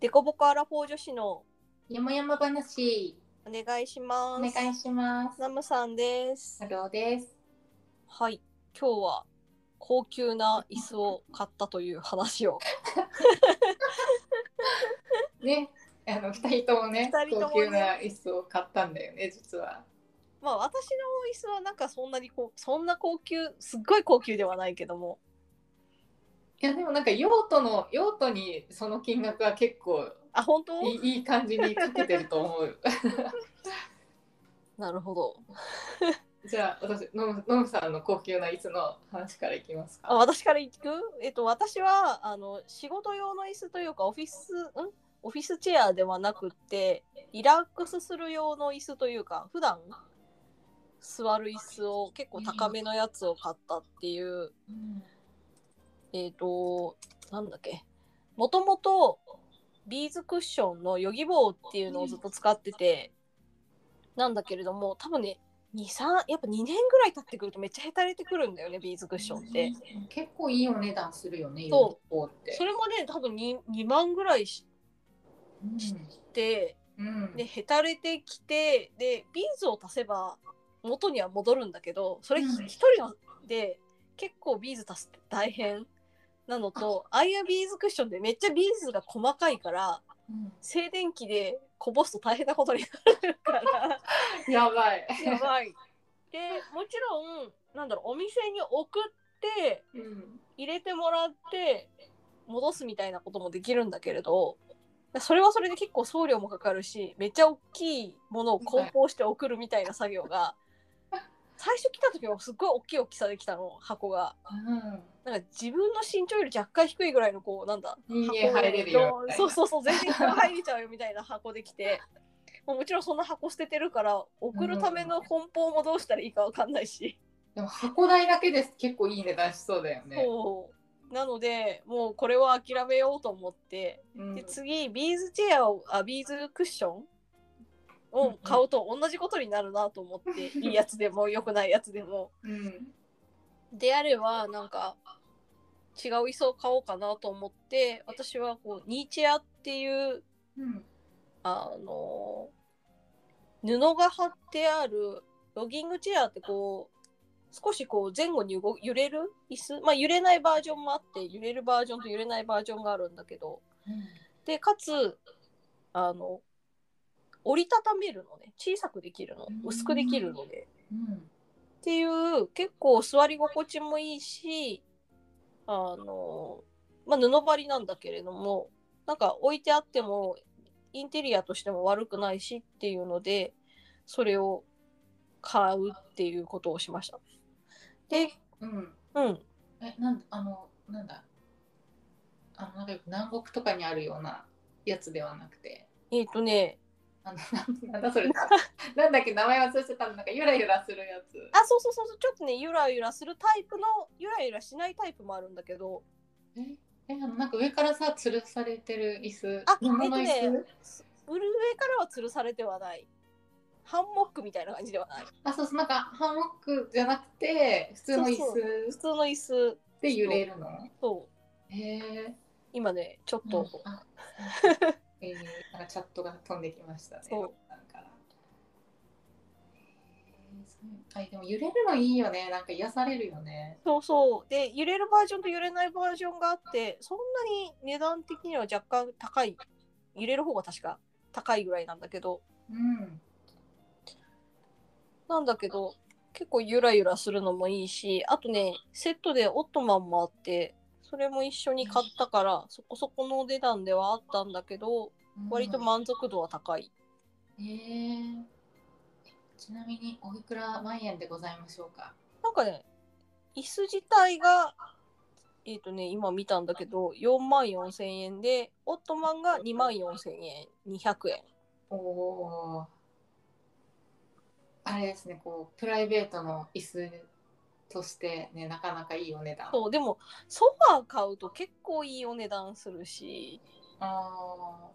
デコボコアラフォー女子のやもやま話、お願いしおます。願いします。ナムさんですハ。ローです。はい、今日は高級な椅子を買ったという話を ね、あの二人ともね、二人ともね高級な椅子を買ったんだよね、実は。まあ私の椅子はなんかそんなにこうそんな高級すっごい高級ではないけどもいやでもなんか用途の用途にその金額は結構あ本当いいいい感じにかけてると思う。 なるほどじゃあ私ノムノムさんの高級な椅子の話からいきますあか。私から行くえっと私はあの仕事用の椅子というかオフィスんオフィスチェアではなくってリラックスする用の椅子というか普段座る椅子を結構高めのやつを買ったっていううんえっ、となんだっけもともとビーズクッションのヨギボーっていうのをずっと使っててなんだけれども多分ね23やっぱ2年ぐらい経ってくるとめっちゃへたれてくるんだよねビーズクッションって。結構いいお値段するよね、そ用途ってそ。れもね多分 2, 2万ぐらいしうてんうんでへたれてきてでビーズを足せば元には戻るんだけどそれうん1人ので結構ビーズ足すって大変なのとああいうビーズクッションでめっちゃビーズが細かいからうん静電気でこぼすと大変なことになるから やばい。やばい。でもちろんなんだろうお店に送ってうん入れてもらって戻すみたいなこともできるんだけれどそれはそれで結構送料もかかるしめっちゃ大きいものを梱包して送るみたいな作業が最初来た時はすっごい大きい大きさで来たの箱がうんなんか自分の身長より若干低いぐらいのこうなんだ人間入れるよみたいな。そうそうそう全然人が入れちゃうよみたいな箱できてまあもちろんそんな箱捨ててるから送るための梱包もどうしたらいいかわかんないし。でも箱代だけです結構いい値段しそうだよね。そうなのでもうこれは諦めようと思って、うんで次ビーズチェアをあビーズクッションを買うと同じことになるなと思 って、いいやつでも良くないやつでもうんであればなんか違う椅子を買おうかなと思って私はこうニーチェアっていううんあの布が貼ってあるロギングチェアってこう少しこう前後に動揺れる椅子、まあ、揺れないバージョンもあって揺れるバージョンと揺れないバージョンがあるんだけどでかつあの折りたためるのね小さくできるのうん薄くできるのでうんっていう結構座り心地もいいしあの、まあ、布張りなんだけれどもなんか置いてあってもインテリアとしても悪くないしっていうのでそれを買うっていうことをしました。で、うん。うん、えなんあのなんだあのなんかよく南国とかにあるようなやつではなくてえっ、とねあの なんなん だそれなんだっけ名前忘れてたのなんかゆらゆらするやつあそうそうそうそうちょっとねゆらゆらするタイプのゆらゆらしないタイプもあるんだけどええあのなんか上からさ吊るされてる椅子あ布の椅子、えっとね上からは吊るされてはないハンモックみたいな感じではないあそうそうなんかハンモックじゃなくて普通の椅そう普子通の椅子で揺れるのそうへえ今ねちょっと、うんあえーなんかチャットが飛んできましたね。そうなんかえーそうあでも揺れるのいいよね。なんか癒されるよね。そうそうで揺れるバージョンと揺れないバージョンがあってそんなに値段的には若干高い揺れる方が確か高いぐらいなんだけどうん。なんだけど結構ゆらゆらするのもいいしあとねセットでオットマンもあってそれも一緒に買ったからそこそこのお値段ではあったんだけど割と満足度は高いうん。えーちなみにおいくら万円でございましょうか。なんかね、椅子自体が、えっ、とね、今見たんだけど、4万4千円で、オットマンが2万4千円、200円。おおー。あれですね。こうプライベートの椅子としてねなかなかいいお値段。そう、でも、ソファー買うと結構いいお値段するし、ああ。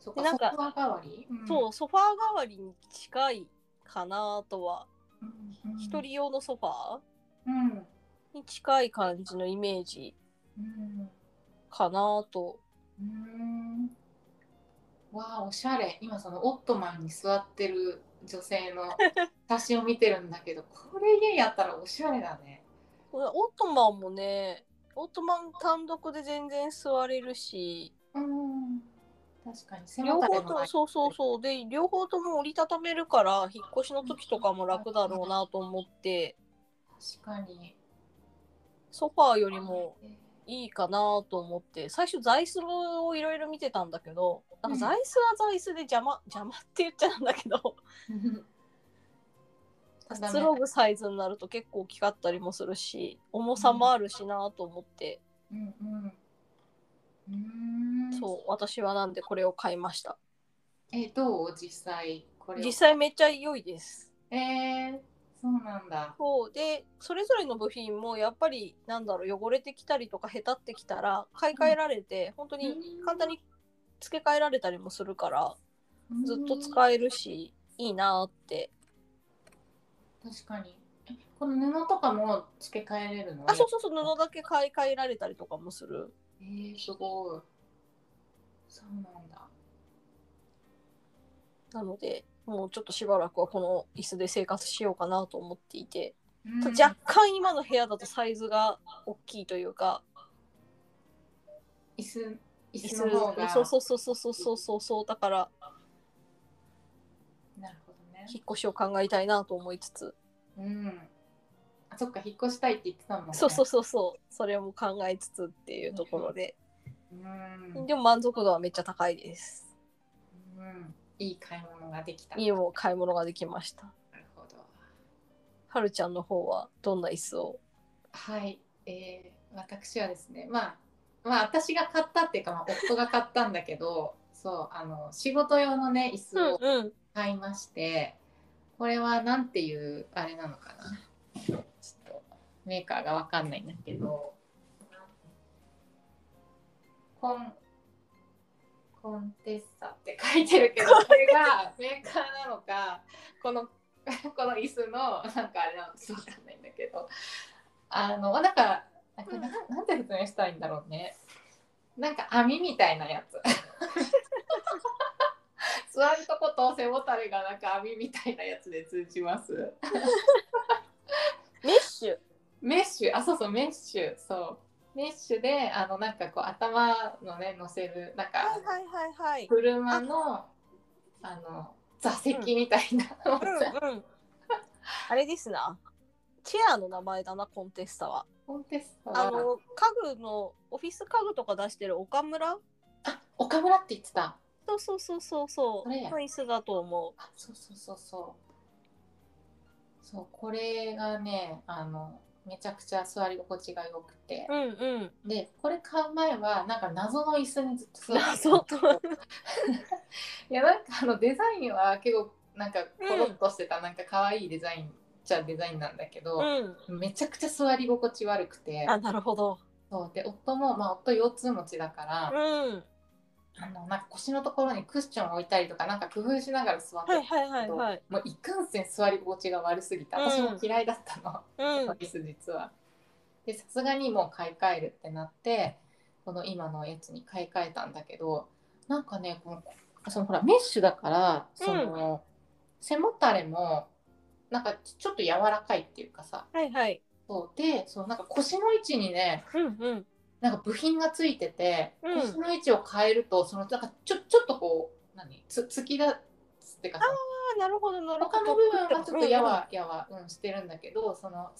そこでなソんフかァー代わり。うんそう、ソファー代わりに近いかなとは、うん。一、人用のソファうん。ーに近い感じのイメージうんかなと。うーんわあおしゃれ今そのオットマンに座ってる女 性の写真を見てるんだけどこれ家やったらおしゃれだねこれオットマンもねオットマン単独で全然座れるしうん確かに背両もたれ方もなといそうそうそうで両方とも折りたためるから引っ越しの時とかも楽だろうなと思って確かにソファーよりもいいかなと思って最初座椅子をいろいろ見てたんだけどなんか座椅子は座椅子で邪魔邪魔って言っちゃうんだけどただスローブサイズになると結構大きかったりもするし重さもあるしなと思って、うんうんうーんそう私はなんでこれを買いましたえどう実際これを実際めっちゃ良いですえー、そうなんだそうでそれぞれの部品もやっぱりなんだろう汚れてきたりとかへたってきたら買い替えられて、本当に簡単に付け替えられたりもするからずっと使えるしいいなってうん確かにえこの布とかも付け替えれるのあそうそうそう布だけ買い替えられたりとかもするえー、すごい。そうなんだ。なのでもうちょっとしばらくはこの椅子で生活しようかなと思っていて若干今の部屋だとサイズが大きいというか椅子、椅椅子の方子が。そうそうそうそうそうそうそうそうだからなるほどね。引っ越しを考えたいなと思いつつうん。あ、そっか、引っ越したいって言ってたもんね。そうそうそうそうそれも考えつつっていうところでう。うん。でも満足度はめっちゃ高いですうん、いい買い物ができた。いいも買い物ができましたなるほど。はるちゃんの方はどんな椅子をはい、えー私はですね、まあ、まあ私が買ったっていうか、まあ、夫が買ったんだけど、そうあの仕事用のね椅子をうん買いまして、これはなんていうあれなのかな。ちょっとメーカーがわかんないんだけど、コンコンテッサって書いてるけど、これがメーカーなのか、この この椅子のなんかあれなのかわかんないんだけど、あのなんかなんかななんて説明したらいいんだろうね。なんか網みたいなやつ。座るとこと背もたれがなんか網みたいなやつで通じます。メッシュメッシュあそうそうメッシュそうメッシュであのなんかこう頭のね乗せるなんはかいはいはいはい車のあの座席みたいな、うんうんあれですなチェアの名前だなコンテスタはコンテストあはの家具のオフィス家具とか出してる岡村あ岡村って言ってたそうそうそうそうそそうれやの椅子だと思あそうそうそうそうそうこれがねあのめちゃくちゃ座り心地が良くてうう、んうんでこれ買う前はなんか謎の椅子にずっと座ってた謎のいやなんかあのデザインは結構なんかコロッとしてた、なんか可愛いデザインじゃデザインなんだけうど、んめちゃくちゃ座り心地悪くてあなるほどそうで夫も、まあ、夫腰痛持ちだからう、んあのなんか腰のところにクッションを置いたりとかなんか工夫しながら座って、はいはいはいはいもういかんせん座り心地が悪すぎてうん私も嫌いだったの、うこのん椅子実は。でさすがにもう買い替えるってなってこの今のやつに買い替えたんだけどなんかねこのそのほらメッシュだからその、背もたれもなんかちょっと柔らかいっていうかさはいはいそうでそうなんか腰の位置にねうんうんなんか部品がついてて、うん腰の位置を変えるとそのなんかちょちょっとこう何つ突き出すっていうかさあなるほどなるほど他の部分はちょっとやわやわ、うん、してるんだけどその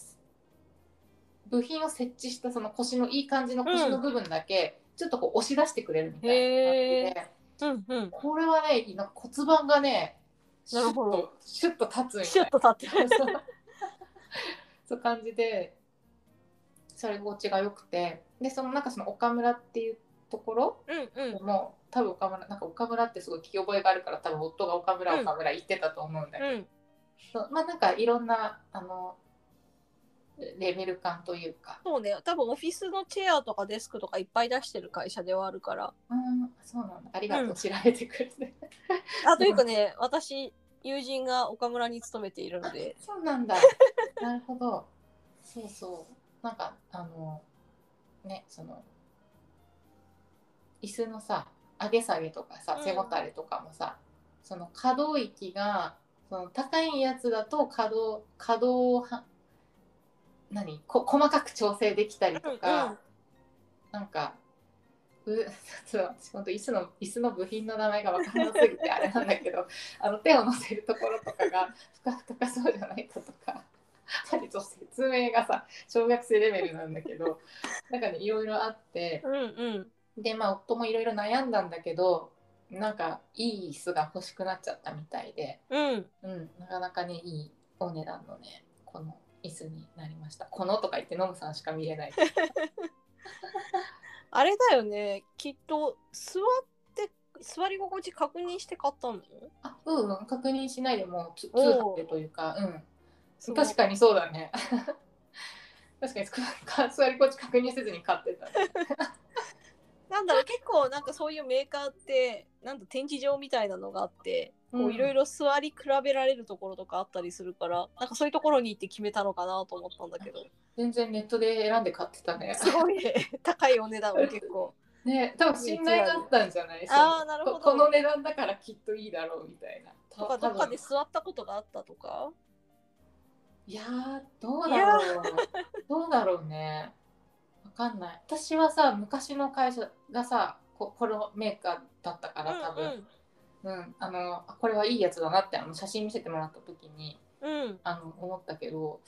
部品を設置したその腰のいい感じの腰の部分だけ、ちょっとこう押し出してくれるみたいへなー感じでうんうんこれはねなんか骨盤がねシなュるッほとどシュッと立つみシたュいッと立ってるなそうそう感じでそれ心地が良くてでそのなんかその岡村っていうところうんうんもう多分岡村なんか岡村ってすごい聞き覚えがあるから多分夫が岡村うん岡村言ってたと思うんだけど、うんそうまあなんかいろんなあのレベル感というか、そうね多分オフィスのチェアとかデスクとかいっぱい出してる会社ではあるからうん、そうなんだありがとう、うん調べてくれて あというかね私友人が岡村に勤めているのでそうなんだなるほどそうそうなんかあのねその椅子のさ上げ下げとかさうん背もたれとかもさ、その可動域がその高いやつだと可動可動をは何こ細かく調整できたりとか、うんうんなんかう ちょっと私ほんと椅子の椅子の部品の名前が分からなすぎてあれなんだけど あの手を乗せるところとかがふかふかそうじゃないかとか。 割と説明がさ小学生レベルなんだけど なんかねいろいろあって、うんうんでまあ夫もいろいろ悩んだんだけどなんかいい椅子が欲しくなっちゃったみたいで、うんうん、なかなかねいいお値段のねこの椅子になりましたこのとか言ってノムさんしか見れないけどあれだよねきっと座って座り心地確認して買ったのよあうんうん確認しないでもうつ通おう販でというかうん確かにそうだね 確かにか座り心地確認せずに 買ってたね、なんだろう結構なんかそういうメーカーってなんだ展示場みたいなのがあってこういろいろろ座り比べられるところとかあったりするからなんかそういうところに行って決めたのかなと思ったんだけ ど全然ネットで選んで買ってたねすごいね高いお値段を結 構ね多分信頼があったんじゃないあーなるほどここの値段だからきっといいだろうみたいなとかどっ多か分で座ったことがあったとかいやーどうだろうどうだろうねわかんない私はさ昔の会社がさここれメーカーだったから多分、うんあのあこれはいいやつだなってあの写真見せてもらった時にうんうん、うん、あの思ったけど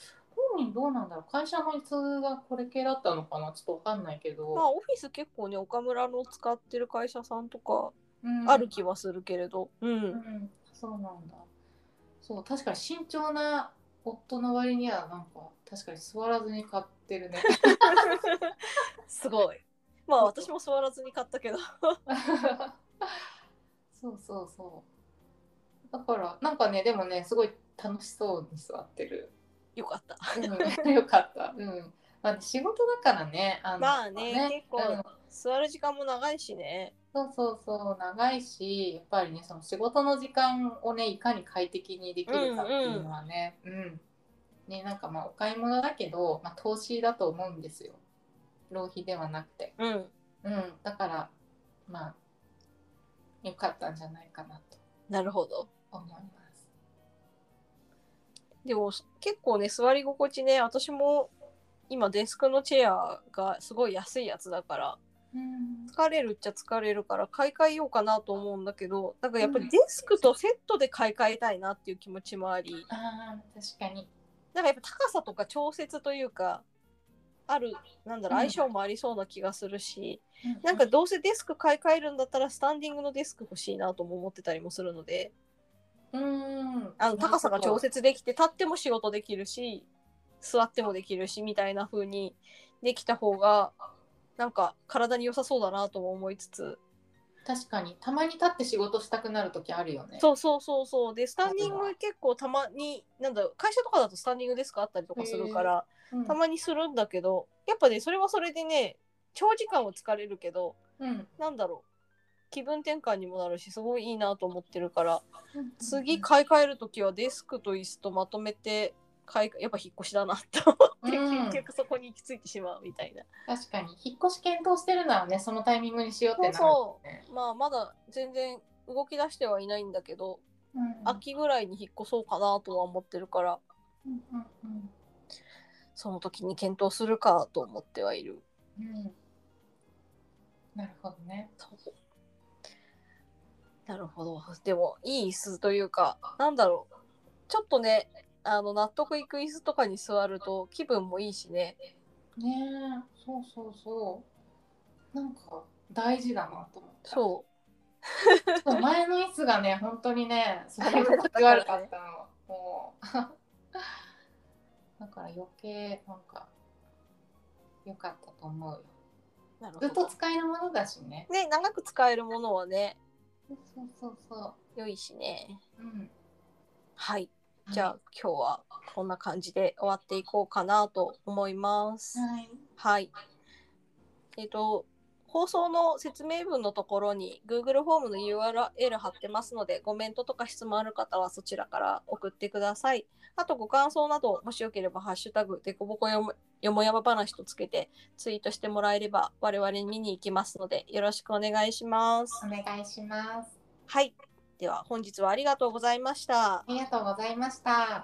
本人どうなんだろう会社の椅子がこれ系だったのかなちょっとわかんないけど、まあオフィス結構ね岡村の使ってる会社さんとかうんある気はするけれどうん、うん、そうなんだ。そう、確かに慎重な夫の割には、なんか、確かに座らずに買っ てるね。 すごいまあ私も座らずに買ったけどそうそうそう。だから、なんかね、でもね、すごい楽しそうに座ってる。よかったうん、 よかった。うん。まあ、仕事だからね。あのまあね結構うん座る時間も長いしねそうそうそう長いしやっぱりねその仕事の時間をねいかに快適にできるかっていうのはねうん、ねなんかまあお買い物だけど、まあ、投資だと思うんですよ浪費ではなくてうんうんだからまあよかったんじゃないかなとなるほど思いますでも結構ね座り心地ね私も今デスクのチェアがすごい安いやつだからうん疲れるっちゃ疲れるから買い替えようかなと思うんだけどなんかやっぱうんりデスクとセットで買い替えたいなっていう気持ちもありあー確かになんかやっぱ高さとか調節というかあるなんだろううん相性もありそうな気がするし、なんかどうせデスク買い替えるんだったらスタンディングのデスク欲しいなとも思ってたりもするのでうんあの高さが調節できて立っても仕事できるし座ってもできるしみたいな風にできた方がなんか体に良さそうだなとも思いつつ確かにたまに立って仕事したくなる時あるよねそうそうそうそうでスタンディンあとはグ結構たまになんだろう会社とかだとスタンディングデスクあったりとかするからう、ん、たまにするんだけどやっぱねそれはそれでね長時間は疲れるけどうんなんだろう気分転換にもなるしすごいいいなと思ってるから次うん買い替える時はデスクと椅子とまとめて買いやっぱ引っ越しだなと思って、うん結局そこに行き着いてしまうみたいな、確かに引っ越し検討してるならねそのタイミングにしようってなるそねうまあまだ全然動き出してはいないんだけど、うん秋ぐらいに引っ越そうかなとは思ってるからうんうんその時に検討するかと思ってはいるうんうんなるほどねそうなるほどでもいい椅子というかなんだろうちょっとねあの納得いく椅子とかに座ると気分もいいしねねえそうそうそうなんか大事だなと思ったそうそう前の椅子がね本当にね すごいダメだったからね悪かったのも うだから余計なんか良かったと思うよなるずほっとど使えるものだしねね長く使えるものはねそうそうそ良いしねううんはいじゃあ今日はこんな感じで終わっていこうかなと思いますはいはいえっ、と放送の説明文のところに Google フォームの URL 貼ってますので、コメントとか質問ある方はそちらから送ってください。あと、ご感想など、もしよければ、ハッシュタグ、でこぼこよもよもやま話とつけてツイートしてもらえれば、我々見に行きますので、よろしくお願いします。お願いします。はい。では、本日はありがとうございましたあ。りがとうございました。